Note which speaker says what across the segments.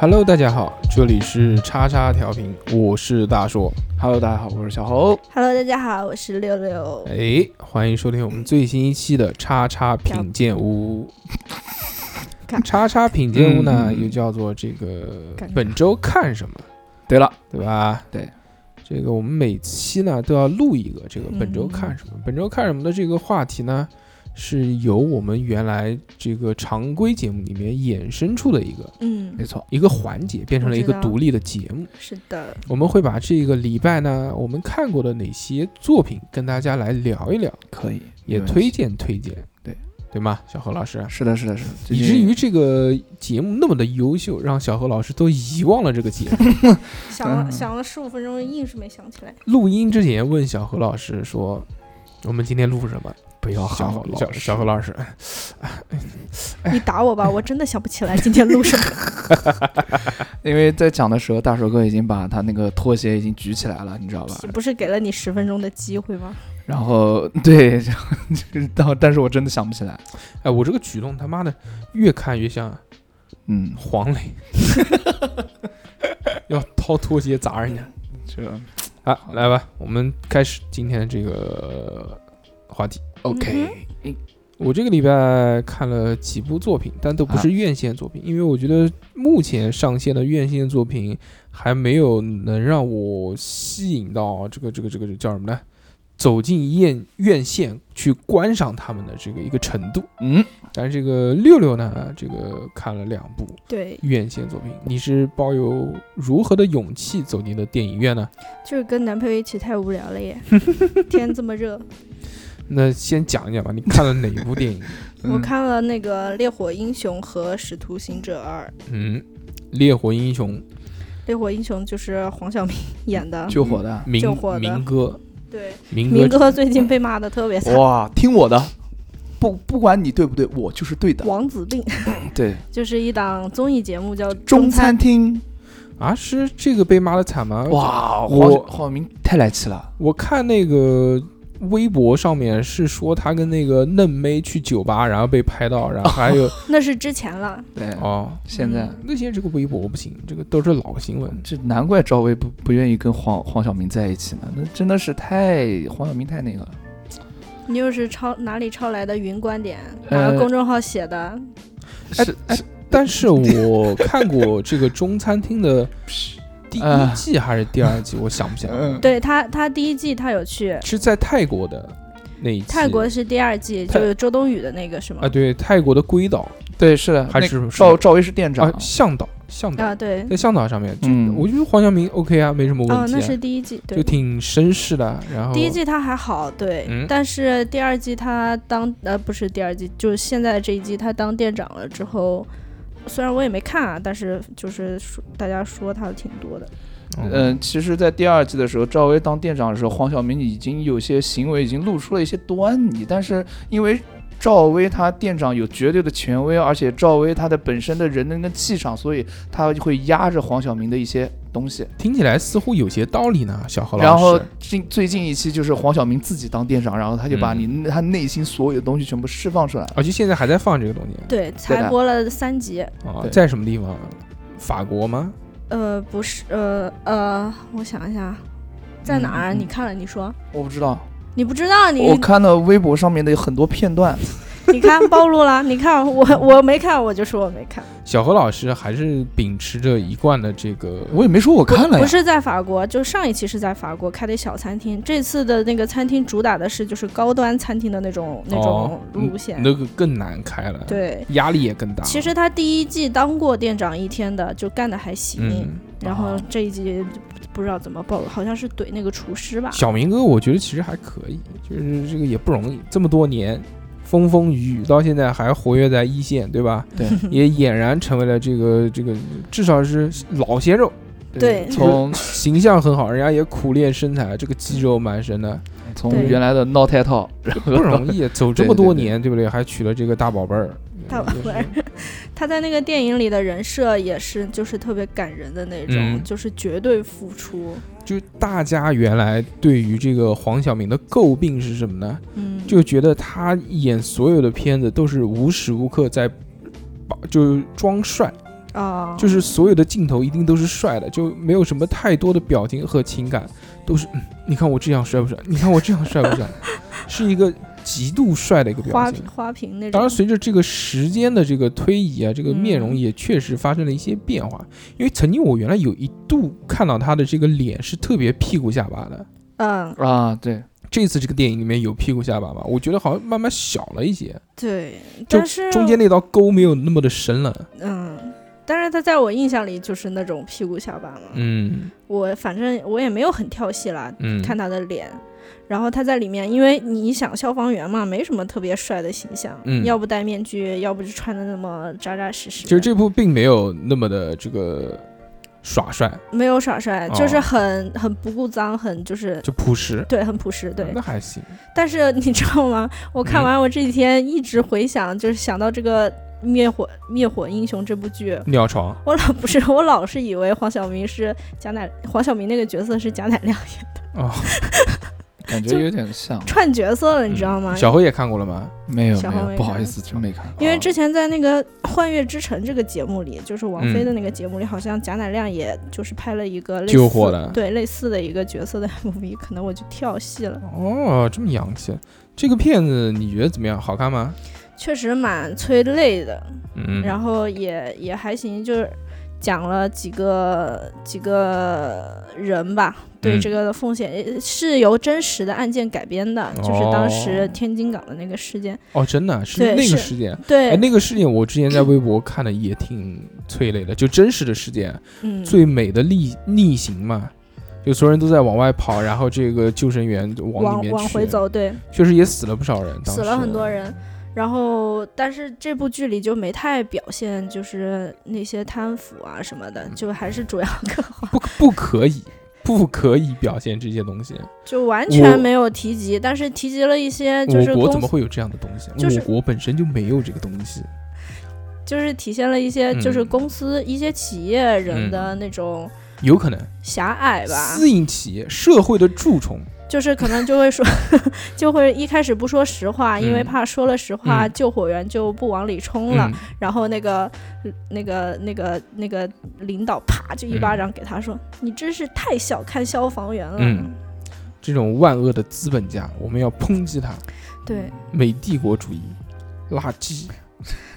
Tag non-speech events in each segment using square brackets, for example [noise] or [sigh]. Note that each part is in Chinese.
Speaker 1: Hello，大家好，这里是叉叉调频，我是大硕。
Speaker 2: Hello，大家好，我是小猴。
Speaker 3: Hello，大家好，我是六六。
Speaker 1: 哎，欢迎收听我们最新一期的叉叉品鉴
Speaker 2: [laughs]
Speaker 1: 屋。
Speaker 3: 干
Speaker 1: 叉叉品鉴屋呢，
Speaker 2: 嗯
Speaker 1: 又叫做这个
Speaker 3: 干啥
Speaker 1: 本周看什么，
Speaker 2: 对了，
Speaker 1: 对吧？
Speaker 2: 对，
Speaker 1: 这个我们每期呢都要录一个这个
Speaker 3: 嗯
Speaker 1: 本周看什么，本周看什么的这个话题呢，是由我们原来这个常规节目里面衍生出的一个
Speaker 3: 嗯
Speaker 2: 没，错，
Speaker 1: 一个环节，变成了一个
Speaker 3: 我知道
Speaker 1: 独立的节目。
Speaker 3: 是的，
Speaker 1: 我们会把这个礼拜呢，我们看过的哪些作品跟大家来聊一聊，
Speaker 2: 可以，
Speaker 1: 也
Speaker 2: 没问
Speaker 1: 推
Speaker 2: 题。
Speaker 1: 荐推荐，
Speaker 2: 对
Speaker 1: 对吗？小何老师，
Speaker 2: 是的，是的，是的。最
Speaker 1: 以
Speaker 2: 近
Speaker 1: 至于这个节目那么的优秀，让小何老师都遗忘了这个节目。
Speaker 2: [laughs]
Speaker 3: 想了
Speaker 2: 嗯
Speaker 3: 想了十五分钟，硬是没想起来。
Speaker 1: 录音之前问小何老师说：“我们今天录什么
Speaker 2: 不？”要喊
Speaker 1: 小何
Speaker 2: 我
Speaker 1: 小
Speaker 2: 老师
Speaker 1: 小何老师，
Speaker 3: 你打我吧，我真的想不起来今天录什么。
Speaker 2: 因为在讲的时候，大手哥已经把他那个拖鞋已经举起来了，你知道吧？
Speaker 3: 不是给了你十分钟的机会吗？
Speaker 2: 然后对，然后就是 [laughs] 但但是我真的想不起来。
Speaker 1: 哎，我这个举动他妈的越看越像
Speaker 2: 嗯，
Speaker 1: 黄磊， [laughs] 要掏拖鞋砸人家。
Speaker 2: 这
Speaker 3: 嗯
Speaker 2: 个
Speaker 1: 啊，来吧，我们开始今天的这个话题。
Speaker 2: OK，
Speaker 1: 我这个礼拜看了几部作品，但都不是院线作品，因为我觉得目前上线的院线作品还没有能让我吸引到这个这个这个叫什么呢？走进院院线去观赏他们的这个一个程度。
Speaker 2: 嗯，
Speaker 1: 但是这个六六呢，这个看了两部
Speaker 3: 对，
Speaker 1: 院线作品，你是抱有如何的勇气走进的电影院呢？
Speaker 3: 就是跟男朋友一起太无聊了耶，天这么热。
Speaker 1: 那先讲一讲吧，你看了哪一部电影？ [laughs]
Speaker 2: 嗯
Speaker 3: 我看了那个《烈火英雄》和《使徒行者二》，《
Speaker 1: 嗯，《烈火英雄》
Speaker 3: 烈火英雄》就是黄晓明
Speaker 2: 嗯
Speaker 3: 演的。
Speaker 2: 救火的，
Speaker 1: 民
Speaker 3: 救火的
Speaker 1: 民歌，
Speaker 3: 对，
Speaker 1: 民
Speaker 3: 明
Speaker 1: 歌
Speaker 3: 哥最近被骂的特别惨，
Speaker 2: 哇，听我的，不不管你对不对，我就是对的。
Speaker 3: 王子病。
Speaker 2: 嗯对，
Speaker 3: 就是一档综艺节目叫《
Speaker 2: 中
Speaker 3: 餐
Speaker 2: 餐厅，
Speaker 1: 啊，是这个被骂的惨吗？，
Speaker 2: 哇，黄
Speaker 1: 我
Speaker 2: 黄晓明太来气了。
Speaker 1: 我看那个微博上面是说他跟那个嫩妹去酒吧，然后被拍到，然后还
Speaker 2: [laughs]
Speaker 1: 有
Speaker 3: 那是之前了。
Speaker 2: 对，
Speaker 1: 哦，
Speaker 2: 现在
Speaker 1: 那些这个微博不行，这个都是老新闻。
Speaker 2: 这难怪赵薇不不愿意跟黄黄晓明在一起呢，那真的是太黄晓明太那个了。
Speaker 3: 你又是抄哪里抄来的云观点？
Speaker 2: 呃
Speaker 3: 哪个公众号写的？
Speaker 1: 哎
Speaker 2: 是
Speaker 1: 哎但是我看过这个中餐厅的
Speaker 2: [laughs]
Speaker 1: 第一
Speaker 2: 啊
Speaker 1: 季还是第二季，我想不起来了，
Speaker 2: 嗯
Speaker 3: 对他，他第一季他有去
Speaker 1: [laughs] 是在泰国的那一季。
Speaker 3: 泰国是第二季，
Speaker 1: 泰
Speaker 3: 就是周冬雨的那个是吗？
Speaker 1: 啊，对，泰国的龟岛
Speaker 2: 对，是的，
Speaker 1: 还
Speaker 2: 那
Speaker 1: 是
Speaker 2: 赵赵薇是店长
Speaker 1: 啊，，向导，向导
Speaker 3: 啊，对，
Speaker 1: 在向导上面，就
Speaker 2: 嗯
Speaker 1: 我觉得黄晓明 OK 啊，没什么
Speaker 3: 哦
Speaker 1: 问，
Speaker 3: 那
Speaker 1: 题
Speaker 3: 是
Speaker 1: 啊，
Speaker 3: 第一季，对
Speaker 1: 就。挺绅士的。然后
Speaker 3: 第一季他还好，对，
Speaker 1: 嗯
Speaker 3: 但是第二季他当呃不是第二季，就是现在这一季他当店长了之后，虽然我也没看啊，但是就是说大家说他挺多的，
Speaker 1: 嗯，
Speaker 2: 嗯，其实，在第二季的时候，赵薇当店长的时候，黄晓明已经有些行为已经露出了一些端倪，但是因为赵薇她店长有绝对的权威，而且赵薇她的本身的人的那个气场，所以她会压着黄晓明的一些东西。
Speaker 1: 听起来似乎有些道理呢，小何老师。
Speaker 2: 然后近最近一期就是黄晓明自己当店长，然后他就把你、他内心所有的东西全部释放出来了。
Speaker 1: 而且现在还在放这个东西
Speaker 3: 对，才播了三集，
Speaker 1: 啊，
Speaker 2: 对
Speaker 1: 在什么地方？法国吗？
Speaker 3: 呃，不是，呃呃，我想一下，在哪儿？啊
Speaker 2: 嗯嗯
Speaker 3: 你看了？你说
Speaker 2: 我不知道，
Speaker 3: 你不知道，你
Speaker 2: 我看了微博上面的很多片段，
Speaker 3: 你看暴露了，你看我我没看，我就说我没看。
Speaker 1: 小何老师还是秉持着一贯的这个，
Speaker 2: 我也没说我看了呀
Speaker 3: 不。是在法国，就上一期是在法国开的小餐厅，这次的那个餐厅主打的是就是高端餐厅的那种那种
Speaker 1: 哦
Speaker 3: 路线。
Speaker 1: 那个更难开了，，
Speaker 3: 对，
Speaker 1: 压力也更大。
Speaker 3: 其实他第一季当过店长一天的，就干的还行。
Speaker 1: 嗯，
Speaker 3: 然后这一季就不知道怎么暴露，好像是怼那个厨师吧。
Speaker 1: 小明哥，我觉得其实还可以，就是这个也不容易，这么多年风风雨雨，到现在还活跃在一线，对
Speaker 3: [laughs]
Speaker 1: 吧？
Speaker 2: 对，
Speaker 1: 也俨然成为了这个这个至少是老鲜肉，
Speaker 3: 对
Speaker 2: 从
Speaker 1: 形象很好，人家也苦练身材，这个肌肉蛮深的，
Speaker 2: 从
Speaker 3: 对
Speaker 2: 原来的闹太套，然后
Speaker 1: 不容易，走这么多年，对不对？还娶了这个大宝贝儿，
Speaker 3: [laughs] 大宝贝儿
Speaker 1: 也是，
Speaker 3: [laughs] 他在那个电影里的人设也是，就是特别感人的那种，
Speaker 1: 嗯
Speaker 3: 就是绝对付出。
Speaker 1: 就大家原来对于这个黄晓明的诟病是什么呢？
Speaker 3: 嗯，
Speaker 1: 就觉得他演所有的片子都是无时无刻在把。就装帅，
Speaker 3: 啊，
Speaker 1: 就是所有的镜头一定都是帅的，就没有什么太多的表情和情感，都是、嗯你看我这样帅不帅？你看我这样帅不 [laughs] 帅？是一个极度帅的一个表
Speaker 3: 花
Speaker 1: 情。
Speaker 3: 花瓶那种。
Speaker 1: 当然，随着这个时间的这个推移啊，这个面容
Speaker 3: 嗯
Speaker 1: 也确实发生了一些变化。因为曾经我原来有一度看到他的这个脸是特别屁股下巴的，
Speaker 3: 嗯，
Speaker 2: [laughs] 啊，对，
Speaker 1: 这次这个电影里面有屁股下巴吗？我觉得好像慢慢小了一些，
Speaker 3: 对，
Speaker 1: 就
Speaker 3: 但是
Speaker 1: 中间那道沟没有那么的深了。
Speaker 3: 嗯，但是他在我印象里就是那种屁股下巴嘛。
Speaker 1: 嗯
Speaker 3: 我反正我也没有很跳戏啦，
Speaker 1: 嗯，
Speaker 3: 看他的脸。然后他在里面，因为你想消防员嘛，没什么特别帅的形象，
Speaker 1: 嗯
Speaker 3: 要不戴面具，要不就穿的那么扎扎实实。
Speaker 1: 其实这部并没有那么的这个耍帅，
Speaker 3: 没有耍帅，
Speaker 1: 哦
Speaker 3: 就是很很不顾脏，很就是
Speaker 1: 就朴实。
Speaker 3: 对，很朴实。对
Speaker 1: 那，还行。
Speaker 3: 但是你知道吗？我看
Speaker 1: 嗯
Speaker 3: 完我这几天一直回想，就是想到这个《灭火灭火英雄》这部剧，
Speaker 1: 尿床，
Speaker 3: 我老不是我老是以为黄晓明是贾乃黄晓明那个角色是贾乃亮演的，
Speaker 1: 哦
Speaker 2: 感觉
Speaker 3: 就
Speaker 2: 有点像，
Speaker 3: 串角色了， [laughs] 你知道吗？
Speaker 1: 嗯小何也看过了吗？
Speaker 2: 没有
Speaker 3: 小
Speaker 2: 没
Speaker 3: 黄
Speaker 2: 有，
Speaker 3: 没
Speaker 2: 不好
Speaker 3: 看
Speaker 2: 意思，真没看，
Speaker 3: 因为
Speaker 1: 啊
Speaker 3: 之前在那个《幻乐之城》这个节目里，就是王
Speaker 1: 嗯
Speaker 3: 菲的那个节目里，好像贾乃亮也就是拍了一个类似
Speaker 1: 救火的
Speaker 3: 对类似的一个角色的 [laughs] MV，可能我就跳戏了。
Speaker 1: 哦，这么洋气。这个片子你觉得怎么样？好看吗？
Speaker 3: 确实蛮催泪的，
Speaker 1: 嗯，
Speaker 3: 然后也也还行，就是讲了几个几个人吧，对
Speaker 1: 嗯
Speaker 3: 这个风险、呃是由真实的案件改编的，就是当时
Speaker 1: 哦
Speaker 3: 天津港的那个事件。
Speaker 1: 哦，真的是
Speaker 3: 对
Speaker 1: 那个
Speaker 3: 是
Speaker 1: 事件。
Speaker 3: 对，
Speaker 1: 哎，那个事件我之前在微博看的也挺催泪的，就真实的事件，
Speaker 3: 嗯，
Speaker 1: 最美的逆逆行嘛，就所有人都在往外跑，然后这个救生员就往
Speaker 3: 往
Speaker 1: 里面
Speaker 3: 往
Speaker 1: 去
Speaker 3: 回，走，对，
Speaker 1: 确实也死了不少人，当
Speaker 3: 死了
Speaker 1: 时
Speaker 3: 很多。人。然后，但是这部剧里就没太表现，就是那些贪腐啊什么的，
Speaker 1: 嗯
Speaker 3: 就还是主要刻画，
Speaker 1: 不不可以，不可以表现这些东西。
Speaker 3: 就完
Speaker 1: 我
Speaker 3: 全没有提及。但是提及了一些，就是
Speaker 1: 我国
Speaker 3: 公
Speaker 1: 怎么
Speaker 3: 司
Speaker 1: 会有这样的东西？
Speaker 3: 就是
Speaker 1: 我国本身就没有这个东西。
Speaker 3: 就是体现了一些就是
Speaker 1: 嗯
Speaker 3: 公司、一些企业人的那种
Speaker 1: 有可能
Speaker 3: 狭隘吧，
Speaker 1: 私营企业社会的蛀虫，
Speaker 3: 就是可能就会说， [laughs] 就会一开始不说实话，因为
Speaker 1: 嗯
Speaker 3: 怕说了实话，
Speaker 1: 嗯
Speaker 3: 救火员就不往里冲了。然后那个那个那个那个领导啪就一巴掌给他说：“你真是太小看消防员了。
Speaker 1: 嗯这种万恶的资本家，我们要抨击他，
Speaker 3: 对，
Speaker 1: 美帝国主义，垃圾，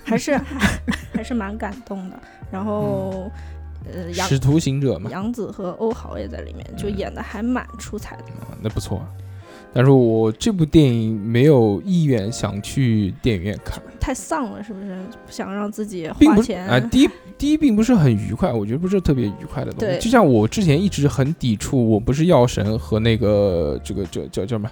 Speaker 3: 还是 [laughs] 还是蛮感动的。然后，呃，杨
Speaker 1: 使徒行者嘛，
Speaker 3: 杨紫和欧豪也在里面，就
Speaker 1: 嗯
Speaker 3: 演的还蛮出彩的。
Speaker 1: 啊那不错啊。但是我这部电影没有意愿想去电影院看，
Speaker 3: 太丧了，是不是？不想让自己
Speaker 1: 并
Speaker 3: 花
Speaker 1: 不是
Speaker 3: 钱。
Speaker 1: 啊、第一第一并不是很愉快，我觉得不是特别愉快的东西。
Speaker 3: 对
Speaker 1: 就像我之前一直很抵触，我不是药神和那个这个叫叫叫什么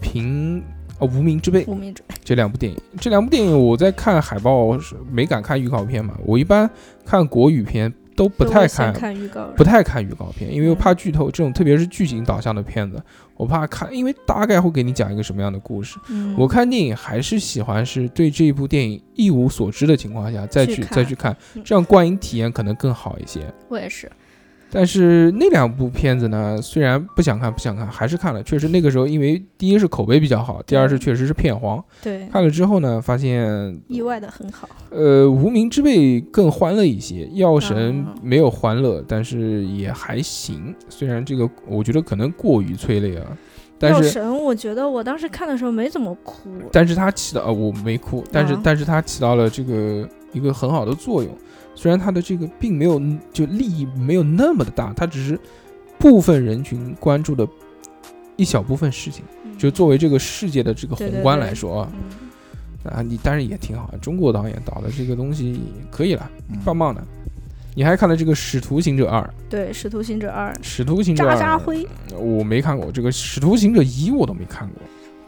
Speaker 1: 平啊、无名之辈，
Speaker 3: 无名指
Speaker 1: 这两部电影，这两部电影我在看海报是没敢看预告片嘛，我一般看国语片都不
Speaker 3: 都
Speaker 1: 太
Speaker 3: 会先
Speaker 1: 看，
Speaker 3: 看预告，
Speaker 1: 不太看预告片，因为我怕剧透，这种特别是剧情导向的片
Speaker 3: 嗯
Speaker 1: 子，我怕看，因为大概会给你讲一个什么样的故事。
Speaker 3: 嗯，
Speaker 1: 我看电影还是喜欢是对这一部电影一无所知的情况下再
Speaker 3: 去
Speaker 1: 去
Speaker 3: 看
Speaker 1: 再去看
Speaker 3: 嗯，
Speaker 1: 这样观影体验可能更好一些。
Speaker 3: 我也是，
Speaker 1: 但是那两部片子呢，虽然不想看不想看，还是看了。确实那个时候，因为第一是口碑比较好，第二
Speaker 3: 嗯
Speaker 1: 是确实是片荒。
Speaker 3: 对，
Speaker 1: 看了之后呢，发现
Speaker 3: 意外的很好，
Speaker 1: 呃，无名之辈更欢乐一些，药神
Speaker 3: 啊
Speaker 1: 没有欢乐，但是也还行。虽然这个我觉得可能过于催泪啊，但
Speaker 3: 药
Speaker 1: 是
Speaker 3: 神，我觉得我当时看的时候没怎么哭，
Speaker 1: 但是他起到、呃、我没哭，但是、
Speaker 3: 啊
Speaker 1: 但是他起到了这个一个很好的作用。虽然他的这个并没有就利益没有那么的大，他只是部分人群关注的一小部分事情，
Speaker 3: 嗯
Speaker 1: 就作为这个世界的这个
Speaker 3: 对
Speaker 1: 宏
Speaker 3: 对
Speaker 1: 观
Speaker 3: 对
Speaker 1: 来说啊，
Speaker 3: 嗯
Speaker 1: 啊你当然也挺好，中国导演导的这个东西可以了。
Speaker 2: 嗯
Speaker 1: 棒棒的。你还看了这个《使徒行者二》？
Speaker 3: 对《使徒行者二》
Speaker 1: 《使徒行者二
Speaker 3: 渣》渣辉
Speaker 1: 我没看过，这个《使徒行者一》我都没看过。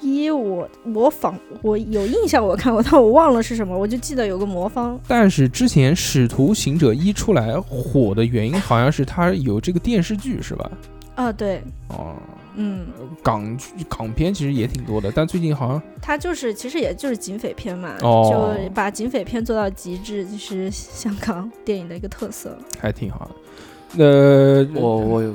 Speaker 3: 一我我仿我有印象我看过，但我忘了是什么，我就记得有个魔方，
Speaker 1: 但是之前《使徒行者一》出来火的原因，好像是它有这个电视剧，是吧？
Speaker 3: 啊，对，
Speaker 1: 哦，
Speaker 3: 嗯，
Speaker 1: 港剧港片其实也挺多的，但最近好像
Speaker 3: 他就是其实也就是警匪片嘛，
Speaker 1: 哦
Speaker 3: 就把警匪片做到极致，就是香港电影的一个特色。
Speaker 1: 还挺好的。呃，
Speaker 2: 我我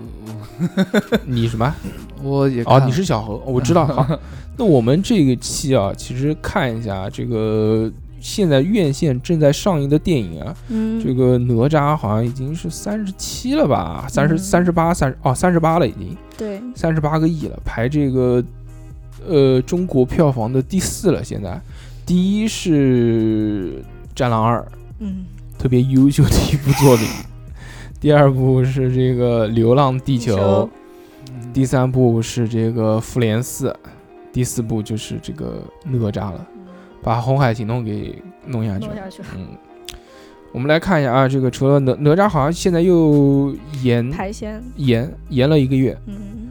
Speaker 1: 你什么？
Speaker 2: 我也
Speaker 1: 哦，
Speaker 2: 看
Speaker 1: 你
Speaker 2: 了
Speaker 1: 是
Speaker 2: [laughs]
Speaker 1: 小何，我知道。好，那我们这个期啊，其实看一下这个《现在院线正在上映的电影啊，
Speaker 3: 嗯，
Speaker 1: 这个哪吒好像已经是三十七了吧，三十
Speaker 3: 嗯
Speaker 1: 三十八三哦三十八了已经，
Speaker 3: 对，
Speaker 1: 三十八个亿了，排这个呃中国票房的第四了。现在第一是《战狼二》，
Speaker 3: 嗯，
Speaker 1: 特别优秀的一部作品。第二部是这个《流浪地球》，第三部是这个《复联四》，第四部就是这个哪吒了，把《红海行动》给弄下去
Speaker 3: 弄
Speaker 1: 了。
Speaker 3: 嗯下去，
Speaker 1: 嗯，我们来看一下啊，这个除了哪哪吒，好像现在又延
Speaker 3: 排仙，
Speaker 1: 延延了一个月。
Speaker 3: 嗯，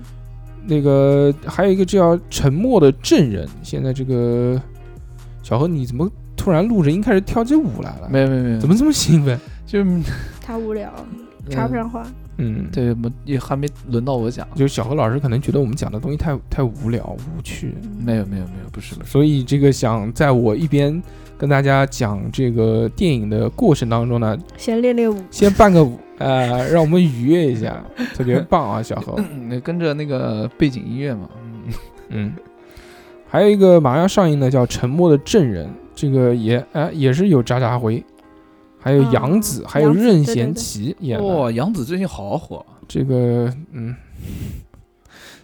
Speaker 1: 那个还有一个叫沉默的证人，现在这个小何你怎么突然录着音开始跳起舞来了？
Speaker 2: 没有没有没有，
Speaker 1: 怎么这么兴奋？
Speaker 2: 就
Speaker 3: 他无聊，插不
Speaker 2: 嗯
Speaker 3: 上话，
Speaker 1: 嗯，
Speaker 2: 对，没也还没轮到我讲。
Speaker 1: 就小何老师可能觉得我们讲的东西太太无聊无趣，
Speaker 3: 嗯
Speaker 2: 没有没有没有，不是不是，
Speaker 1: 所以这个想在我一边跟大家讲这个电影的过程当中呢，
Speaker 3: 先练练舞，
Speaker 1: 先伴个舞，呃，让我们愉悦一下，特别棒啊，小何。
Speaker 2: 嗯跟着那个背景音乐嘛。嗯
Speaker 1: 嗯，还有一个马上要上映的叫《沉默的证人》，这个也哎、也是有渣渣辉，还有
Speaker 3: 嗯
Speaker 1: 杨紫，还有
Speaker 3: 杨紫
Speaker 1: 任
Speaker 3: 对对
Speaker 1: 贤
Speaker 3: 对
Speaker 1: 齐演的。
Speaker 2: 哇，杨紫最近好火，
Speaker 1: 这个嗯，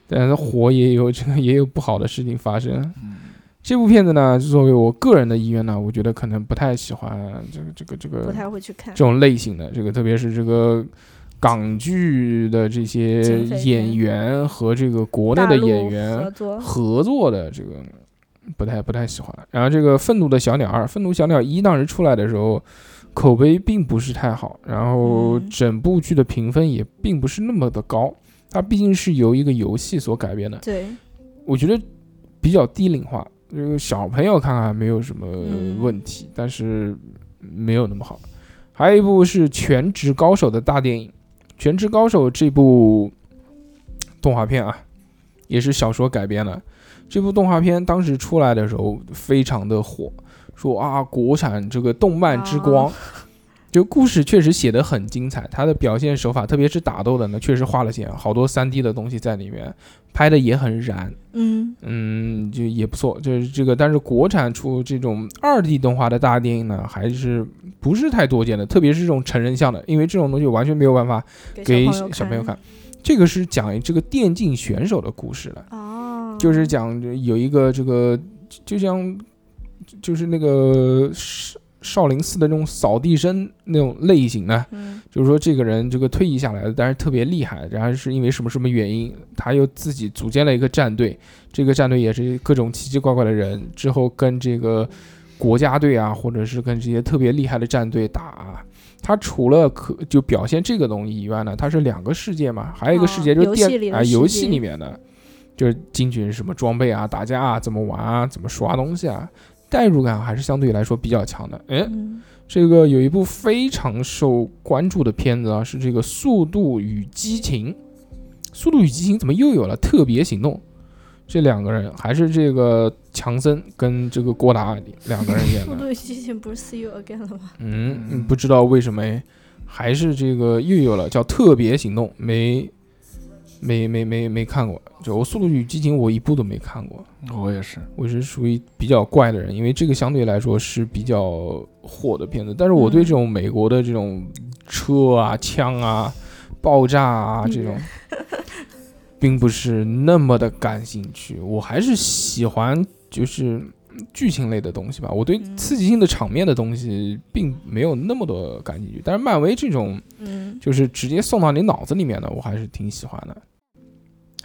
Speaker 1: 但是火也有这个也有不好的事情发生。
Speaker 2: 嗯，
Speaker 1: 这部片子呢，作为我个人的意愿呢，我觉得可能不太喜欢这个这个这
Speaker 3: 不
Speaker 1: 个
Speaker 3: 太会去看
Speaker 1: 这，种类型的，这个特别是这个港剧的这些
Speaker 3: 警匪片
Speaker 1: 演员和这个国内
Speaker 3: 大
Speaker 1: 的
Speaker 3: 陆
Speaker 1: 演员
Speaker 3: 合作，
Speaker 1: 合作的这个不太不太喜欢。然后这个《愤怒的小鸟二》，《愤怒小鸟一》当时出来的时候，口碑并不是太好，然后
Speaker 3: 嗯
Speaker 1: 整部剧的评分也并不是那么的高。它毕竟是由一个游戏所改编的，
Speaker 3: 对，
Speaker 1: 我觉得比较低龄化，就是小朋友看看没有什么
Speaker 3: 嗯
Speaker 1: 问题，但是没有那么好。还有一部是《全职高手》的大电影，《全职高手》这部动画片啊，也是小说改编的。这部动画片当时出来的时候非常的火，说啊，国产这个动漫之光。
Speaker 3: 啊
Speaker 1: [laughs] 就故事确实写得很精彩，它的表现手法，特别是打斗的呢，确实花了钱，好多3 D 的东西在里面，拍的也很燃，
Speaker 3: 嗯，
Speaker 1: 嗯，就也不错。就是这个，但是国产出这种二 D 动画的大电影呢，还是不是太多见的，特别是这种成人向的，因为这种东西完全没有办法给
Speaker 3: 给
Speaker 1: 小朋友看。这个是讲这个电竞选手的故事了，
Speaker 3: 哦，
Speaker 1: 就是讲这有一个这个，就就像就是那个少少林寺的那种扫地僧那种类型呢。
Speaker 3: 嗯
Speaker 1: 就是说这个人这个退役下来了，但是特别厉害，然后是因为什么什么原因，他又自己组建了一个战队，这个战队也是各种奇奇怪怪的人，之后跟这个国家队啊，或者是跟这些特别厉害的战队打啊。他除了可就表现这个东西以外呢，它是两个世界嘛，还有一个世界
Speaker 3: 哦
Speaker 1: 就是
Speaker 3: 游戏里
Speaker 1: 电
Speaker 3: 的
Speaker 1: 啊
Speaker 3: 世界
Speaker 1: 游戏里面的，就是进去什么装备啊、打架啊、怎么玩啊、怎么刷东西啊，代入感还是相对来说比较强的。哎，
Speaker 3: 嗯，
Speaker 1: 这个有一部非常受关注的片子啊，是这个《速度与激情》。《速度与激情》怎么又有了特别行动？这两个人还是这个强森跟这个郭达两个人演
Speaker 3: 速
Speaker 1: 的。
Speaker 3: 度与激情不是 See You Again 了吗？
Speaker 1: 嗯，嗯不知道为什么哎，还是这个又有了叫特别行动，没没没没没看过。就我《速度与激情》，我一部都没看过。
Speaker 2: 我也是，
Speaker 1: 我是属于比较怪的人，因为这个相对来说是比较火的片子，但是我
Speaker 3: 嗯
Speaker 1: 对这种美国的这种车啊、枪啊、爆炸啊
Speaker 3: 嗯
Speaker 1: 这种，并不是那么的感兴趣。我还是喜欢就是剧情类的东西吧。我对
Speaker 3: 嗯
Speaker 1: 刺激性的场面的东西并没有那么多感兴趣，但是漫威这种
Speaker 3: 嗯，
Speaker 1: 就是直接送到你脑子里面的，我还是挺喜欢的。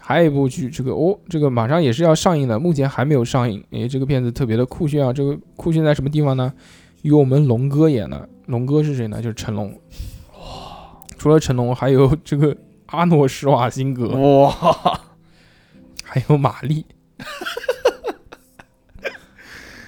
Speaker 1: 还有一部剧，这个哦，这个马上也是要上映的，目前还没有上映。诶，这个片子特别的酷炫啊！这个酷炫在什么地方呢？由我们龙哥演的。龙哥是谁呢？就是成龙。除了成龙，还有这个阿诺·施瓦辛格，
Speaker 3: [laughs]
Speaker 2: 哇，
Speaker 1: 还有玛丽， [laughs]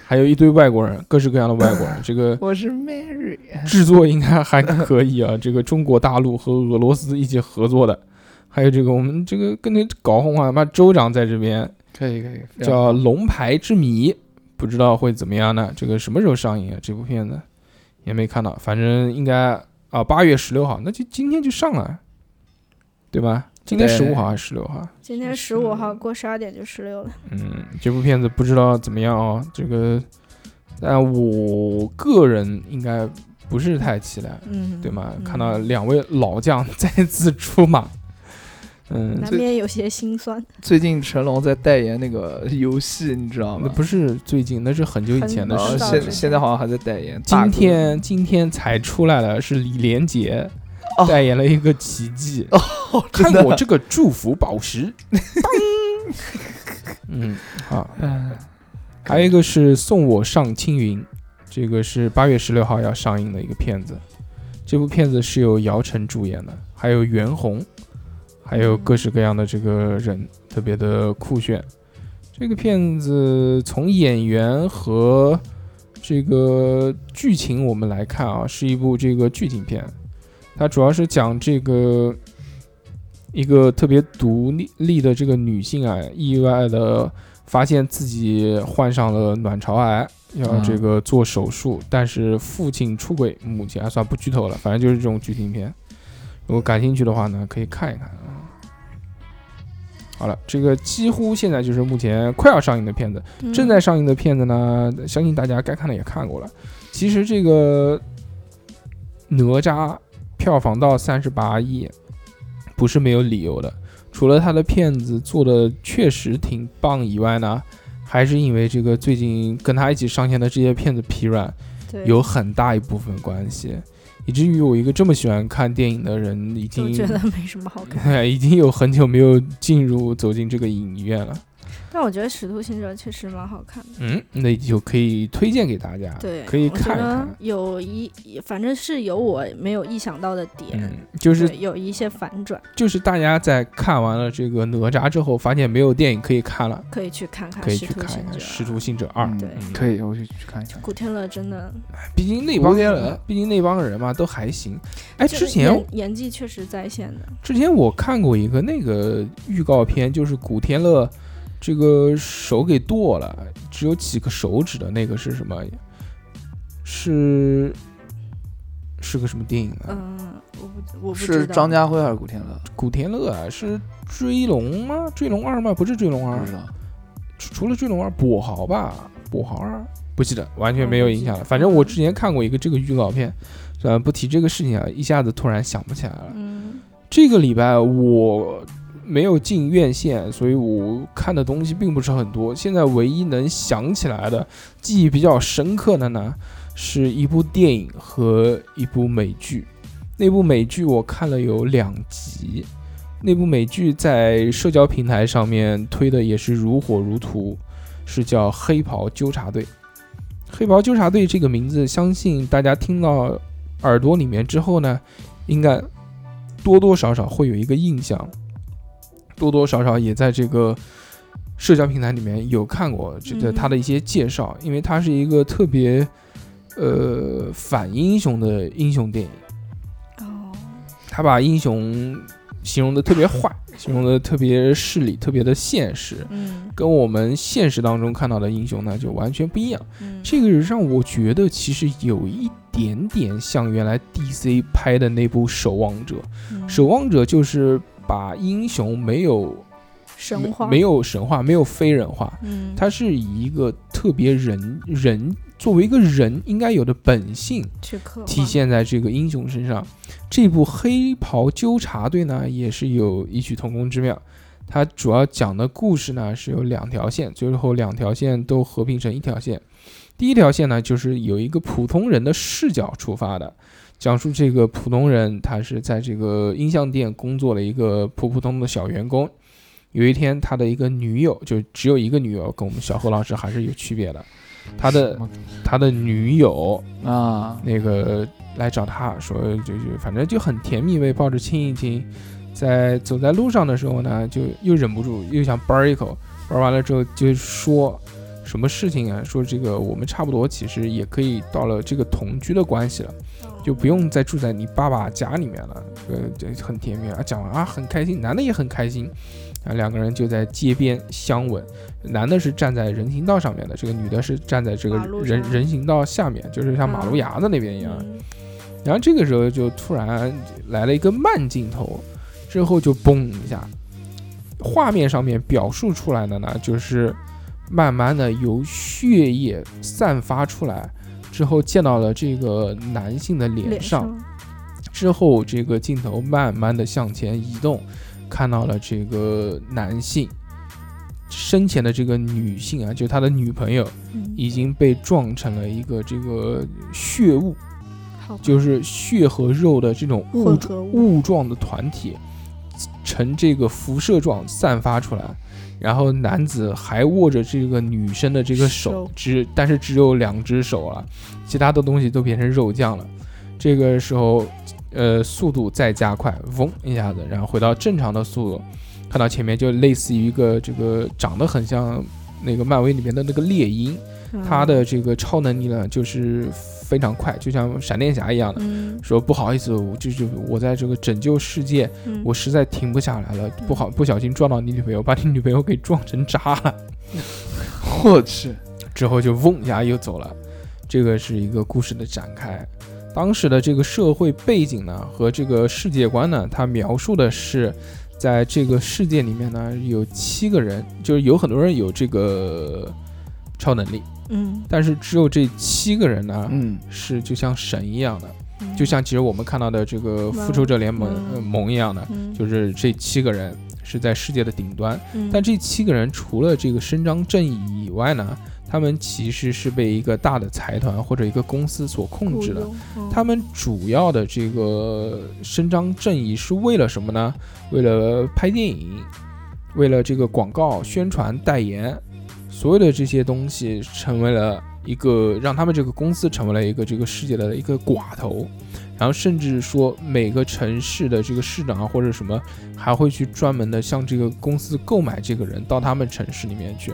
Speaker 1: 还有一堆外国人，各式各样的外国人。这个
Speaker 2: 我是 Mary，
Speaker 1: 制作应该还可以啊。 [laughs] 这个中国大陆和俄罗斯一起合作的，还有这个我们这个跟你搞混啊，妈州长在这边
Speaker 2: 可以可以，非常
Speaker 1: 叫《
Speaker 2: 棒
Speaker 1: 龙牌之谜》，不知道会怎么样呢？这个什么时候上映啊？这部片子也没看到，反正应该啊，八月十六号，那就今天就上了，对吧？今天十
Speaker 2: 对
Speaker 1: 五号还是十六号？
Speaker 3: 今天
Speaker 2: 是
Speaker 3: 十五号过十二点就十六了，
Speaker 1: 嗯，这部片子不知道怎么样哦。这个但我个人应该不是太期待，
Speaker 3: 嗯，
Speaker 1: 对吗？
Speaker 3: 嗯
Speaker 1: 看到两位老将再次出马，嗯，
Speaker 3: 难
Speaker 2: 这
Speaker 3: 免有些心酸。
Speaker 2: 最近成龙在代言那个游戏，你知道
Speaker 1: 那
Speaker 2: 吗？
Speaker 1: 不是最近，那是很久以前的
Speaker 2: 然后
Speaker 1: 事
Speaker 3: 知道
Speaker 1: 情了。
Speaker 3: 知道
Speaker 2: 现现在好像还在代言。大
Speaker 1: 今
Speaker 2: 哥
Speaker 1: 天今天才出来的是李连杰
Speaker 2: 哦
Speaker 1: 代言了一个奇迹， [laughs]
Speaker 2: 哦真
Speaker 1: 看
Speaker 2: 的
Speaker 1: 我这个祝福宝
Speaker 2: [laughs]
Speaker 1: 石，当嗯，好，
Speaker 2: 嗯
Speaker 1: 还有一个是《送我上青云》，这个是八月十六号要上映的一个片子。这部片子是由姚晨主演的，还有袁弘，还有各式各样的这个人，特别的酷炫。这个片子从演员和这个剧情我们来看啊，是一部这个剧情片，它主要是讲这个一个特别独立立的这个女性啊，意外的发现自己患上了卵巢癌，要
Speaker 2: 嗯
Speaker 1: 这个做手术，但是父亲出轨，母亲啊，算了不剧透了，反正就是这种剧情片。如果感兴趣的话呢，可以看一看啊。好了，这个几乎现在就是目前快要上映的片子，
Speaker 3: 嗯
Speaker 1: 正在上映的片子呢，相信大家该看的也看过了。其实这个哪吒票房到三十八亿，不是没有理由的。除了他的片子做的确实挺棒以外呢，还是因为这个最近跟他一起上线的这些片子疲软，
Speaker 3: 对
Speaker 1: 有很大一部分关系，以至于我一个这么喜欢看电影的人，已
Speaker 3: 就
Speaker 1: 经
Speaker 3: 觉得没什么好
Speaker 1: [laughs]
Speaker 3: 看。
Speaker 1: 已经有很久没有进入走进这个影院了。
Speaker 3: 但我觉得《使徒行者》确实蛮好看的。
Speaker 1: 嗯，那就可以推荐给大家，
Speaker 3: 对，
Speaker 1: 啊可以
Speaker 3: 我觉
Speaker 1: 看一
Speaker 3: 得
Speaker 1: 看。
Speaker 3: 有一，反正是有我没有意想到的点，
Speaker 1: 嗯，就是
Speaker 3: 对有一些反转，
Speaker 1: 就是大家在看完了这个哪吒之后，发现没有电影可以看了，
Speaker 3: 可以去看看
Speaker 1: 可
Speaker 3: 《
Speaker 1: 以
Speaker 3: 使
Speaker 1: 去
Speaker 3: 啊徒
Speaker 1: 看一
Speaker 3: 行
Speaker 1: 看
Speaker 3: 者啊
Speaker 1: 《使》。徒行者二》哎
Speaker 2: 嗯
Speaker 3: 对
Speaker 2: 可以，我去去看一看。
Speaker 3: 古天乐真的，
Speaker 1: 毕竟那帮
Speaker 2: 无聊
Speaker 1: 人，毕竟那帮人嘛都还行。哎，
Speaker 3: 这
Speaker 1: 之
Speaker 3: 个
Speaker 1: 前
Speaker 3: 演演技确实在线的，
Speaker 1: 之前我看过一个那个预告片，就是古天乐这个手给剁了，只有几个手指的那个是什么？是是个什么电影啊呢？
Speaker 3: 嗯，我不我不
Speaker 2: 是
Speaker 3: 知道
Speaker 2: 张家辉还是古天乐？
Speaker 1: 古天乐啊，是追龙吗？追龙二吗？不是追龙二
Speaker 2: 不，知道。
Speaker 1: 除除了追龙二，跛豪吧，跛豪二不记得，完全没有印象了。反正我之前看过一个这个预告片，呃，不提这个事情啊，一下子突然想不起来了。
Speaker 3: 嗯，
Speaker 1: 这个礼拜我没有进院线，所以我看的东西并不是很多。现在唯一能想起来的、记忆比较深刻的呢，是一部电影和一部美剧。那部美剧我看了有两集，那部美剧在社交平台上面推的也是如火如荼，是叫《黑袍纠察队》。黑袍纠察队这个名字，相信大家听到耳朵里面之后呢，应该多多少少会有一个印象，多多少少也在这个社交平台里面有看过这个
Speaker 3: 嗯
Speaker 1: 他的一些介绍，因为它是一个特别呃反英雄的英雄电影，
Speaker 3: 哦，
Speaker 1: 他把英雄形容的特别坏，形容的特别势利，特别的现实。
Speaker 3: 嗯
Speaker 1: 跟我们现实当中看到的英雄呢，就完全不一样。
Speaker 3: 嗯，
Speaker 1: 这个让我觉得其实有一点点像原来 DC 拍的那部《守望者》，
Speaker 3: 嗯
Speaker 1: 《守望者》就是把英雄没有
Speaker 3: 神话
Speaker 1: 没没，有神话，没有非人化，
Speaker 3: 嗯，
Speaker 1: 它是以一个特别人人作为一个人应该有的本性
Speaker 3: 去刻画
Speaker 1: 体现在这个英雄身上。这部《黑袍纠察队》呢，也是有异曲同工之妙。它主要讲的故事呢是有两条线，最后两条线都合并成一条线。第一条线呢，就是有一个普通人的视角出发的，讲述这个普通人他是在这个音像店工作的一个普普通通的小员工。有一天，他的一个女友，就只有一个女友，跟我们小何老师还是有区别的。他的
Speaker 2: 什么
Speaker 1: 他的女友 [laughs]
Speaker 2: 啊，
Speaker 1: 那个来找他说，就是反正就很甜蜜味，抱着亲一亲，在走在路上的时候呢，就又忍不住又想啵儿一口，玩完了之后就说什么事情啊？说这个我们差不多，其实也可以到了这个同居的关系了，
Speaker 3: 哦
Speaker 1: 就不用再住在你爸爸家里面了，呃，这很甜蜜啊。讲完啊，很开心，男的也很开心。啊，两个人就在街边相吻，男的是站在人行道上面的，这个女的是站在这个
Speaker 3: 马路
Speaker 1: 人
Speaker 3: 上
Speaker 1: 人行道下面，就是像马路
Speaker 3: 嗯
Speaker 1: 牙子那边一样。
Speaker 3: 嗯
Speaker 1: 然后这个时候就突然来了一个慢镜头，之后就嘣一下，画面上面表述出来的呢，就是慢慢的由血液散发出来，之后溅到了这个男性的脸
Speaker 3: 脸
Speaker 1: 上，之后这个镜头慢慢的向前移动，看到了这个男性生前的这个女性啊，就是他的女朋友，
Speaker 3: 嗯
Speaker 1: 已经被撞成了一个这个血雾，
Speaker 3: 好吧
Speaker 1: 就是血和肉的这种雾
Speaker 3: 混合物，
Speaker 1: 雾状的团体，呈这个辐射状散发出来。然后男子还握着这个女生的这个手
Speaker 3: 手，
Speaker 1: 只但是只有两只手了，其他的东西都变成肉酱了。这个时候，呃，速度再加快，嗡一下子，然后回到正常的速度，看到前面就类似于一个这个长得很像那个漫威里面的那个猎鹰，
Speaker 3: 嗯
Speaker 1: 它的这个超能力呢就是非常快，就像闪电侠一样的。
Speaker 3: 嗯
Speaker 1: 说不好意思，我就是我在这个拯救世界，
Speaker 3: 嗯
Speaker 1: 我实在停不下来了，不好不小心撞到你女朋友，把你女朋友给撞成渣了， [laughs]
Speaker 2: 我去，
Speaker 1: 之后就嗡一下又走了。这个是一个故事的展开。当时的这个社会背景呢和这个世界观呢，它描述的是，在这个世界里面呢有七个人，就是有很多人有这个超能力，
Speaker 3: 嗯
Speaker 1: 但是只有这七个人呢
Speaker 2: 嗯，
Speaker 1: 是就像神一样的，
Speaker 3: 嗯
Speaker 1: 就像其实我们看到的这个复仇者联盟
Speaker 3: 嗯
Speaker 1: 呃盟一样的，
Speaker 3: 嗯
Speaker 1: 就是这七个人是在世界的顶端，
Speaker 3: 嗯
Speaker 1: 但这七个人除了这个伸张正义以外呢，他们其实是被一个大的财团或者一个公司所控制的。
Speaker 3: 雇佣嗯
Speaker 1: 他们主要的这个伸张正义是为了什么呢？为了拍电影，为了这个广告宣传代言，所有的这些东西成为了一个让他们这个公司成为了一个这个世界的一个寡头，然后甚至说每个城市的这个市长啊或者什么还会去专门的向这个公司购买这个人到他们城市里面去，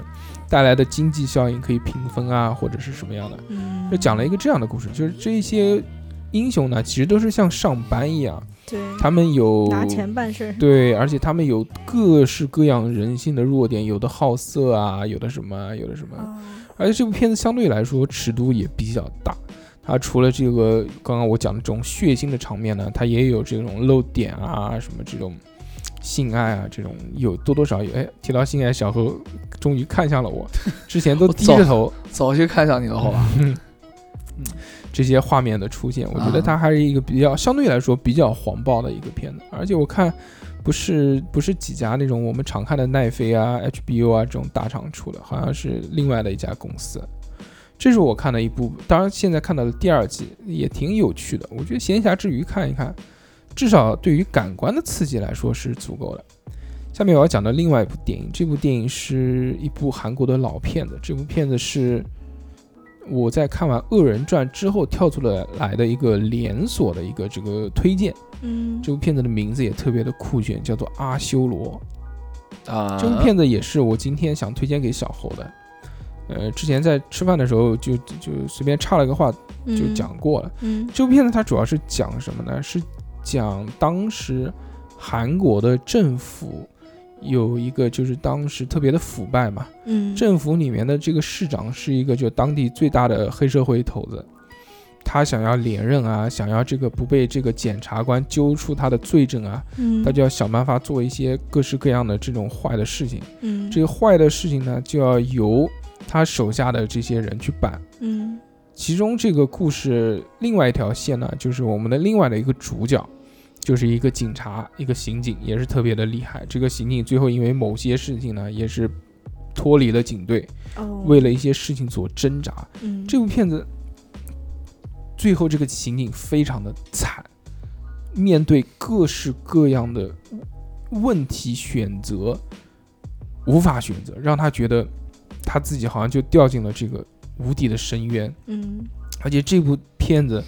Speaker 1: 带来的经济效应可以平分啊或者是什么样的。
Speaker 3: 嗯
Speaker 1: 就讲了一个这样的故事，就是这些英雄呢，其实都是像上班一样，
Speaker 3: 对
Speaker 1: 他们有
Speaker 3: 拿钱办事儿，
Speaker 1: 对，而且他们有各式各样人性的弱点，有的好色啊，有的什么啊，有的什么啊。
Speaker 3: 啊
Speaker 1: 而且这部片子相对来说尺度也比较大，它除了这个刚刚我讲的这种血腥的场面呢，它也有这种露点啊，什么这种性爱啊，这种有多多少有。哎，提到性爱，小何终于看向了我，之前都
Speaker 2: 我
Speaker 1: 低
Speaker 2: 早
Speaker 1: 着头。
Speaker 2: 早就看上你了，好
Speaker 1: 嗯
Speaker 2: 吧？
Speaker 1: 这些画面的出现，我觉得
Speaker 2: 啊
Speaker 1: 它还是一个比较相对来说比较黄暴的一个片子，而且我看不是不是几家那种我们常看的奈飞啊、HBO 啊这种大厂出的，好像是另外的一家公司。这是我看的一部，当然现在看到的第二季也挺有趣的，我觉得闲暇之余看一看，至少对于感官的刺激来说是足够的。下面我要讲的另外一部电影，这部电影是一部韩国的老片子，这部片子是我在看完《恶人传》之后跳出了来的一个连锁的一个这个推荐。
Speaker 3: 嗯
Speaker 1: 这部片子的名字也特别的酷炫，叫做《阿修罗》。
Speaker 2: 啊，
Speaker 1: 这部片子也是我今天想推荐给小侯的。呃，之前在吃饭的时候就就就随便插了个话就
Speaker 3: 嗯
Speaker 1: 讲过了。
Speaker 3: 嗯
Speaker 1: 这部片子它主要是讲什么呢？是讲当时韩国的政府有一个就是当时特别的腐败嘛，
Speaker 3: 嗯
Speaker 1: 政府里面的这个市长是一个就当地最大的黑社会头子，他想要连任啊，想要这个不被这个检察官揪出他的罪证啊，
Speaker 3: 嗯
Speaker 1: 他就要想办法做一些各式各样的这种坏的事情。
Speaker 3: 嗯
Speaker 1: 这些坏的事情呢，就要由他手下的这些人去办。
Speaker 3: 嗯
Speaker 1: 其中这个故事另外一条线呢，就是我们的另外的一个主角，就是一个警察，一个刑警，也是特别的厉害。这个刑警最后因为某些事情呢，也是脱离了警队，
Speaker 3: 哦
Speaker 1: 为了一些事情所挣扎。
Speaker 3: 嗯
Speaker 1: 这部片子最后这个情景非常的惨，面对各式各样的问题选择，无法选择，让他觉得他自己好像就掉进了这个无底的深渊。
Speaker 3: 嗯
Speaker 1: 而且这部片子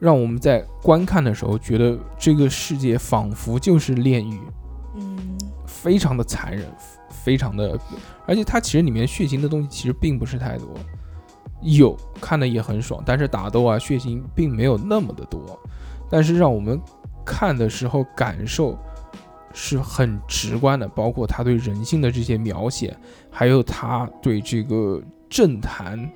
Speaker 1: 让我们在观看的时候觉得这个世界仿佛就是炼狱，
Speaker 3: 嗯
Speaker 1: 非常的残忍，非常的，而且它其实里面血腥的东西其实并不是太多，有看的也很爽，但是打斗啊血腥并没有那么的多，但是让我们看的时候感受是很直观的，包括他对人性的这些描写，还有他对这个政坛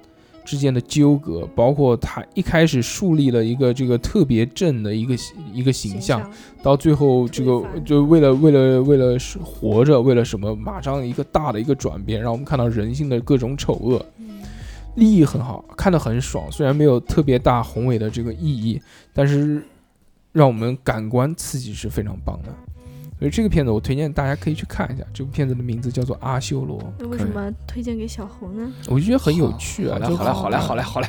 Speaker 1: 之间的纠葛，包括他一开始树立了一个这个特别正的一个一个形象，到最后这个
Speaker 3: 推翻
Speaker 1: 就为了为了为了是活着，为了什么，马上一个大的一个转变，让我们看到人性的各种丑恶。
Speaker 3: 嗯
Speaker 1: 利益很好，看得很爽，虽然没有特别大宏伟的这个意义，但是让我们感官刺激是非常棒的。所以这个片子我推荐大家可以去看一下，这部片子的名字叫做《阿修罗》，
Speaker 3: 那为什么推荐给小红呢？
Speaker 1: 我就觉得很有趣啊。
Speaker 2: 好嘞，
Speaker 1: 就
Speaker 2: 好嘞，好嘞，好嘞，好嘞，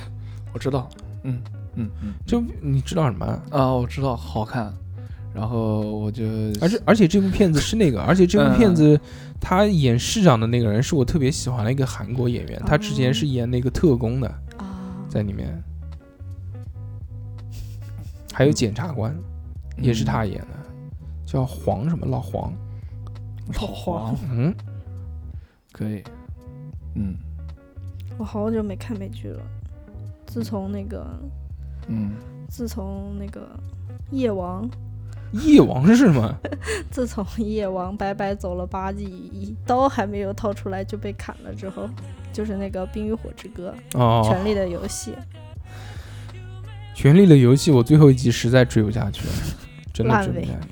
Speaker 2: 我知道，嗯嗯嗯，
Speaker 1: 就你知道什么啊？
Speaker 2: 啊，我知道，好看。然后我就，
Speaker 1: 而且而且这部片子是那个，而且这部片子他演市长的那个人是我特别喜欢的一个韩国演员，他之前是演那个特工的，
Speaker 3: 啊，
Speaker 1: 在里面，还有检察官也是他演的，叫黄什么老黄，
Speaker 2: 老黄，
Speaker 1: 嗯，
Speaker 2: [laughs] 可以，
Speaker 3: 啊
Speaker 2: 嗯
Speaker 3: 我好久没看美剧了，自从那个
Speaker 2: 嗯，
Speaker 3: 自从那个夜王， [laughs]
Speaker 1: 夜王是什么？
Speaker 3: 自从夜王白白走了八季，一刀还没有掏出来就被砍了之后，就是那个《冰与火之歌》
Speaker 1: 哦，
Speaker 3: 权力的游戏》
Speaker 1: 《权力的游戏》我最后一集实在追不下去了，真的
Speaker 3: 烂
Speaker 1: 追不
Speaker 3: 尾
Speaker 1: 下去。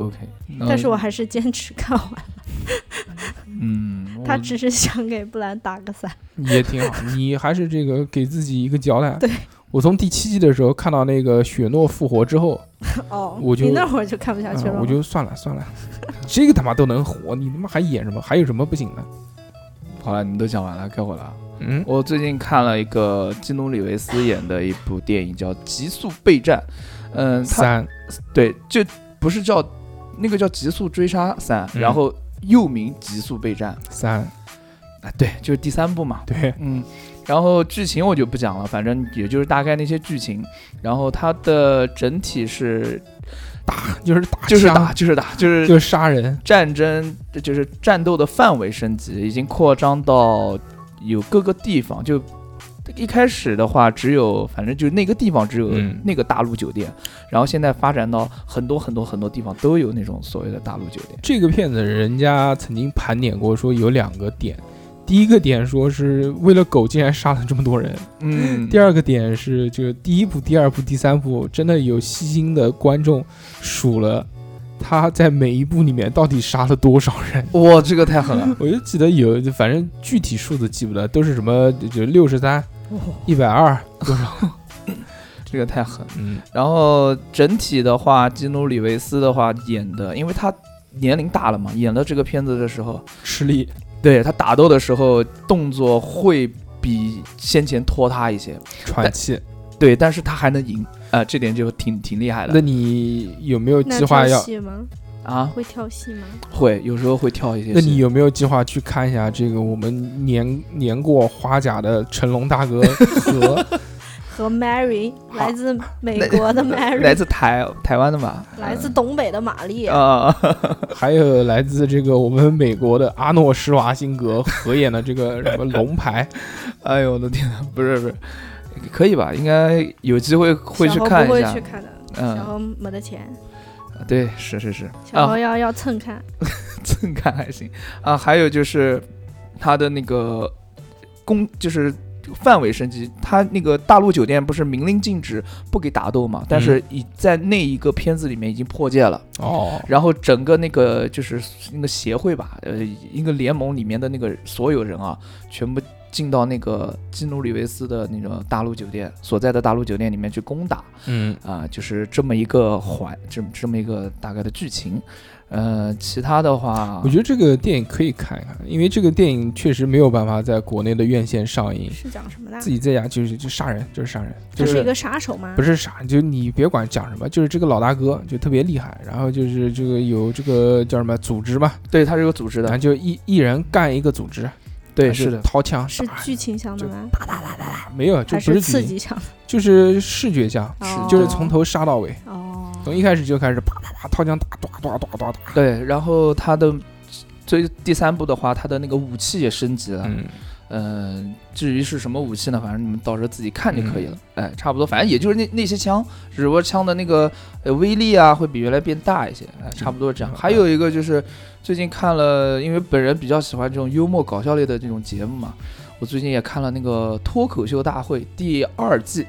Speaker 2: OK，
Speaker 3: 但是我还是坚持看完。
Speaker 2: 嗯，
Speaker 3: 他
Speaker 2: 我
Speaker 3: 只是想给布兰打个伞。
Speaker 1: 也挺好，你还是这个给自己一个交代。
Speaker 3: 对，
Speaker 1: 我从第七季的时候看到那个雪诺复活之后，
Speaker 3: 哦，
Speaker 1: 我就
Speaker 3: 你那会儿就看不下去
Speaker 1: 嗯
Speaker 3: 了。
Speaker 1: 我就算了算了，这个他妈都能火，你他妈还演什么？还有什么不行的？
Speaker 2: 好了，你们都讲完了，该我了啊。
Speaker 1: 嗯，
Speaker 2: 我最近看了一个基努里维斯演的一部电影，叫《极速备战》。嗯，他
Speaker 1: 三
Speaker 2: 对，就不是叫那个叫《极速追杀三》，
Speaker 1: 嗯
Speaker 2: 然后又名《极速备战》
Speaker 1: 三，
Speaker 2: 啊，对，就是第三部嘛。
Speaker 1: 对，
Speaker 2: 嗯，然后剧情我就不讲了，反正也就是大概那些剧情。然后它的整体是
Speaker 1: 就是打
Speaker 2: 就是
Speaker 1: 枪
Speaker 2: 打就是打就是
Speaker 1: 就是杀人，
Speaker 2: 战争就是战斗的范围升级，已经扩张到有各个地方。就一开始的话，只有反正就那个地方只有
Speaker 1: 嗯
Speaker 2: 那个大陆酒店，然后现在发展到很多很多很多地方都有那种所谓的大陆酒店。
Speaker 1: 这个片子人家曾经盘点过，说有两个点。第一个点说是为了狗竟然杀了这么多人，
Speaker 2: 嗯
Speaker 1: 第二个点是就是第一部、第二部、第三部真的有细心的观众数了他在每一部里面到底杀了多少人。！
Speaker 2: 哇，这个太狠了
Speaker 1: [laughs] 我就记得有，反正具体数字记不得，都是什么就六十三、一百二，
Speaker 2: 这个太狠。
Speaker 1: 嗯，
Speaker 2: 然后整体的话，基努里维斯的话演的，因为他年龄大了嘛，演了这个片子的时候，
Speaker 1: 吃力，
Speaker 2: 对他打斗的时候动作会比先前拖沓一些，
Speaker 1: 喘气。
Speaker 2: 对，但是他还能赢啊、这点就挺挺厉害
Speaker 1: 那
Speaker 2: 的
Speaker 1: 你有没有
Speaker 3: 那
Speaker 1: 计划
Speaker 3: 跳
Speaker 1: 要？
Speaker 3: 戏吗？
Speaker 2: 啊。
Speaker 3: 会跳戏吗？
Speaker 2: 会有时候会跳一些戏。
Speaker 1: 那你有没有计划去看一下这个我们年年过花甲的成龙大哥 [laughs] 和
Speaker 3: 和 Mary，
Speaker 1: 好
Speaker 3: 来自美国
Speaker 1: [laughs]
Speaker 3: 的 Mary，
Speaker 2: 来自台台湾的吧？
Speaker 3: [laughs] 来自东北的玛丽，
Speaker 2: 啊，
Speaker 1: 还有来自这个我们美国的阿诺施瓦辛格合演的这个什么龙牌？
Speaker 2: 哎呦我的天呐，不是不是，可以吧？应该有机会会去
Speaker 3: 小猴
Speaker 2: 看
Speaker 3: 不会
Speaker 2: 一下
Speaker 3: 去。看的，小
Speaker 2: 嗯，
Speaker 3: 猴没得钱，
Speaker 1: 啊
Speaker 2: 对，是是 [laughs] 是
Speaker 3: 小
Speaker 2: 啊
Speaker 3: 猴，要要蹭看。
Speaker 2: 蹭看还行啊。还有就是他的那个攻，就是范围升级。他那个大陆酒店不是明令禁止不给打斗嘛？但是已在那一个片子里面已经破戒了。
Speaker 1: [laughs] 哦，
Speaker 2: 然后整个那个就是那个协会吧，呃，一个联盟里面的那个所有人啊，全部进到那个基努里维斯的那个大陆酒店所在的大陆酒店里面去攻打
Speaker 1: 嗯，
Speaker 2: 啊、就是这么一个环，这么这么一个大概的剧情。呃，其他的话，
Speaker 1: 我觉得这个电影可以看一看，因为这个电影确实没有办法在国内的院线上映，
Speaker 3: 是讲什么的？
Speaker 1: 自己在家就是就杀人，就是杀人，
Speaker 3: 他
Speaker 1: 就是是
Speaker 3: 一个杀手吗？
Speaker 1: 不是傻，就你别管讲什么，就是这个老大哥就特别厉害，然后就是这个有这个叫什么组织嘛，
Speaker 2: 对，它是有组织
Speaker 1: 然后
Speaker 2: 的，
Speaker 1: 就一一人干一个组织，
Speaker 2: 对，
Speaker 1: 哎就是
Speaker 2: 的，
Speaker 1: 掏枪
Speaker 3: 是
Speaker 1: 打
Speaker 3: 剧情向的吗？
Speaker 1: 没有，就
Speaker 3: 还
Speaker 1: 不是
Speaker 3: 刺
Speaker 1: 剧情，
Speaker 3: 激向的？
Speaker 1: 就是视觉像，
Speaker 3: 哦
Speaker 1: 就是从头杀到尾，
Speaker 3: 哦，
Speaker 1: 从一开始就开始啪啪啪掏枪打，打打打打打，
Speaker 2: 对。然后它的最第三部的话，它的那个武器也升级了，
Speaker 1: 嗯，
Speaker 2: 嗯，至于是什么武器呢？反正你们到时候自己看就可以了。
Speaker 1: 嗯
Speaker 2: 哎，差不多，反正也就是那那些枪，只不过枪的那个呃威力啊，会比原来变大一些。哎，差不多这样。
Speaker 1: 嗯
Speaker 2: 还有一个就是最近看了，因为本人比较喜欢这种幽默搞笑类的这种节目嘛，我最近也看了那个《脱口秀大会》第二季，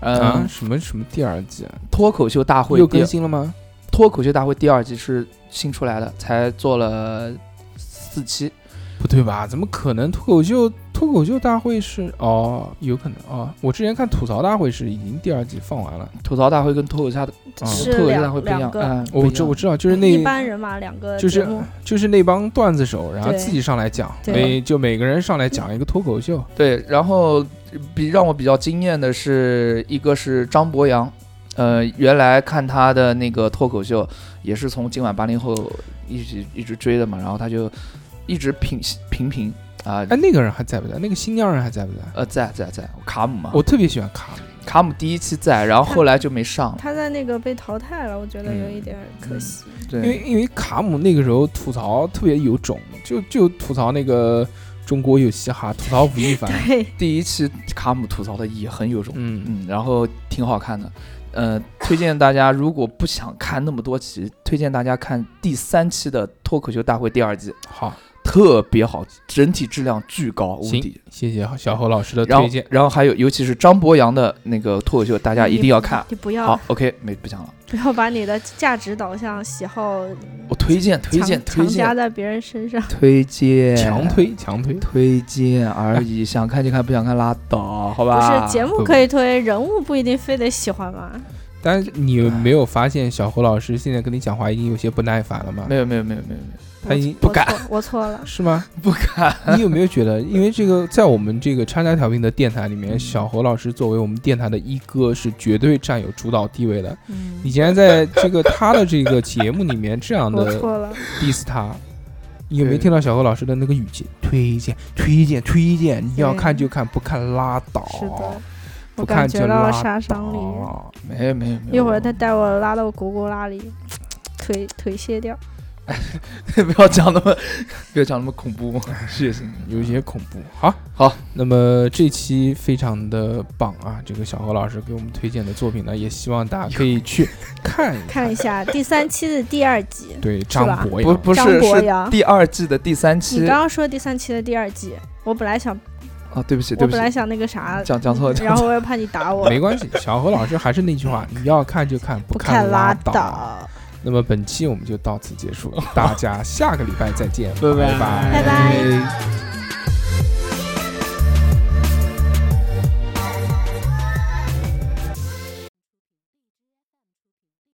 Speaker 1: 啊，
Speaker 2: 嗯，
Speaker 1: 什么什么第二季啊？
Speaker 2: 脱口秀大会
Speaker 1: 又
Speaker 2: 第
Speaker 1: 更新了吗？
Speaker 2: 脱口秀大会第二季是新出来的，才做了四期，
Speaker 1: 不对吧？怎么可能？脱口秀脱口秀大会是哦，有可能哦。我之前看吐槽大会是已经第二季放完了。
Speaker 2: 吐槽大会跟脱口秀大
Speaker 1: 嗯
Speaker 3: 是
Speaker 2: 脱口秀大
Speaker 3: 两
Speaker 2: 会不一样
Speaker 3: 两，个
Speaker 2: 嗯，不
Speaker 1: 我
Speaker 2: 一
Speaker 1: 知
Speaker 2: 样
Speaker 1: 哦我知道，就是
Speaker 3: 一
Speaker 1: 那
Speaker 3: 般人嘛，两个
Speaker 1: 就是
Speaker 3: 节目
Speaker 1: 就是那帮段子手，然后
Speaker 3: 对
Speaker 1: 自己上来讲，
Speaker 3: 对
Speaker 1: 每就每个人上来讲一个脱口秀。
Speaker 2: 对，然后比让我比较惊艳的是，一个是张博洋，呃，原来看他的那个脱口秀，也是从今晚八零后一直一直追的嘛，然后他就一直平平平啊，
Speaker 1: 哎，那个人还在不在？那个新疆人还在不在？
Speaker 2: 呃，在在在卡姆嘛，
Speaker 1: 我特别喜欢卡姆，
Speaker 2: 卡姆第一期在，然后后来就没上了，
Speaker 3: 他在那个被淘汰了，我觉得有一点可惜。
Speaker 1: 因为
Speaker 2: 对，
Speaker 1: 因为卡姆那个时候吐槽特别有种，就就吐槽那个中国有嘻哈，吐槽吴亦
Speaker 3: [laughs]
Speaker 1: 凡。
Speaker 3: 对，
Speaker 2: 第一期卡姆吐槽的也很有种。
Speaker 1: 嗯，
Speaker 2: 嗯，然后挺好看的。呃，推荐大家如果不想看那么多期，推荐大家看第三期的《脱口秀大会》第二季，
Speaker 1: 好，
Speaker 2: 特别好，整体质量巨高无
Speaker 1: 行
Speaker 2: 敌。
Speaker 1: 谢谢小侯老师的
Speaker 2: 然后
Speaker 1: 推荐，。
Speaker 2: 然后还有，尤其是张博洋的那个脱口秀，大家一定要看。
Speaker 3: 你不要
Speaker 2: 好，OK，没不讲了。
Speaker 3: 不要把你的价值导向、喜好
Speaker 2: 我推荐，推
Speaker 3: 强
Speaker 2: 荐，推
Speaker 3: 强加
Speaker 2: 荐，
Speaker 3: 在别人身上。
Speaker 2: 推荐，
Speaker 1: 强推哎强推，
Speaker 2: 推荐而已。想看就看，不想看拉倒，好
Speaker 3: 不
Speaker 2: 吧？
Speaker 3: 是节目
Speaker 1: 不
Speaker 3: 可以推，人物不一定非得喜欢嘛。
Speaker 1: 但是你有没有发现小侯老师现在跟你讲话已经有些不耐烦了吗
Speaker 2: 没？有，没有，没有，没有，没有，
Speaker 1: 他已经
Speaker 3: 我
Speaker 2: 不敢
Speaker 3: 错，我错了。
Speaker 1: 是吗？
Speaker 2: 不看。
Speaker 1: [laughs] 你有没有觉得，因为这个在我们这个叉叉调频的电台里
Speaker 3: 嗯
Speaker 1: 面，小侯老师作为我们电台的一哥是绝对占有主导地位的。
Speaker 3: 嗯
Speaker 1: 你，竟然在 [laughs] 这个他的这个节目里面这样
Speaker 3: [laughs] 我
Speaker 1: 的
Speaker 3: 错了。
Speaker 1: diss 他。你有没有
Speaker 2: 对
Speaker 1: 听到小何老师的那个语气？推荐，推荐，推荐！你要
Speaker 3: 对
Speaker 1: 看就看，不看拉
Speaker 2: 哦
Speaker 1: 倒。
Speaker 3: 是的，我
Speaker 1: 不
Speaker 3: 感
Speaker 1: 看
Speaker 3: 觉
Speaker 1: 就
Speaker 3: 到
Speaker 1: 拉
Speaker 3: 杀伤力。
Speaker 1: 倒。
Speaker 2: 没有，没有，没有。
Speaker 3: 一会儿
Speaker 2: [laughs]
Speaker 3: 他带我拉到咕咕拉里，腿腿卸掉。
Speaker 2: 不要讲那么，不要讲那么
Speaker 1: [laughs]
Speaker 2: 恐怖血腥。
Speaker 1: 有些恐怖。好，
Speaker 2: 好，
Speaker 1: 那么这期非常的棒啊！这个小何老师给我们推荐的作品呢，也希望大家可以去看一
Speaker 3: [laughs] 看一下第三期的第二集，
Speaker 1: 对，张博
Speaker 2: 不
Speaker 1: 洋，
Speaker 2: 不
Speaker 3: 张
Speaker 2: 是
Speaker 3: 博
Speaker 2: 是
Speaker 3: 洋。
Speaker 2: 第二季的第三期
Speaker 3: 你刚刚说第三期的第二集，我本来想，
Speaker 2: 啊，对不起
Speaker 3: 我
Speaker 2: 对不
Speaker 3: 本
Speaker 2: 起，
Speaker 3: 来想那个啥，
Speaker 2: 讲讲错了讲
Speaker 3: 然
Speaker 2: 错
Speaker 3: 后我
Speaker 2: 了。
Speaker 3: 又怕你打我，
Speaker 1: 没关系。小何老师还是那句话，你要看就看，
Speaker 3: 不
Speaker 1: 看
Speaker 3: 看拉
Speaker 1: 倒。
Speaker 3: 倒。
Speaker 1: 那么本期我们就到此结束，大家下个礼拜再见，
Speaker 2: 拜拜
Speaker 1: 拜
Speaker 3: 拜拜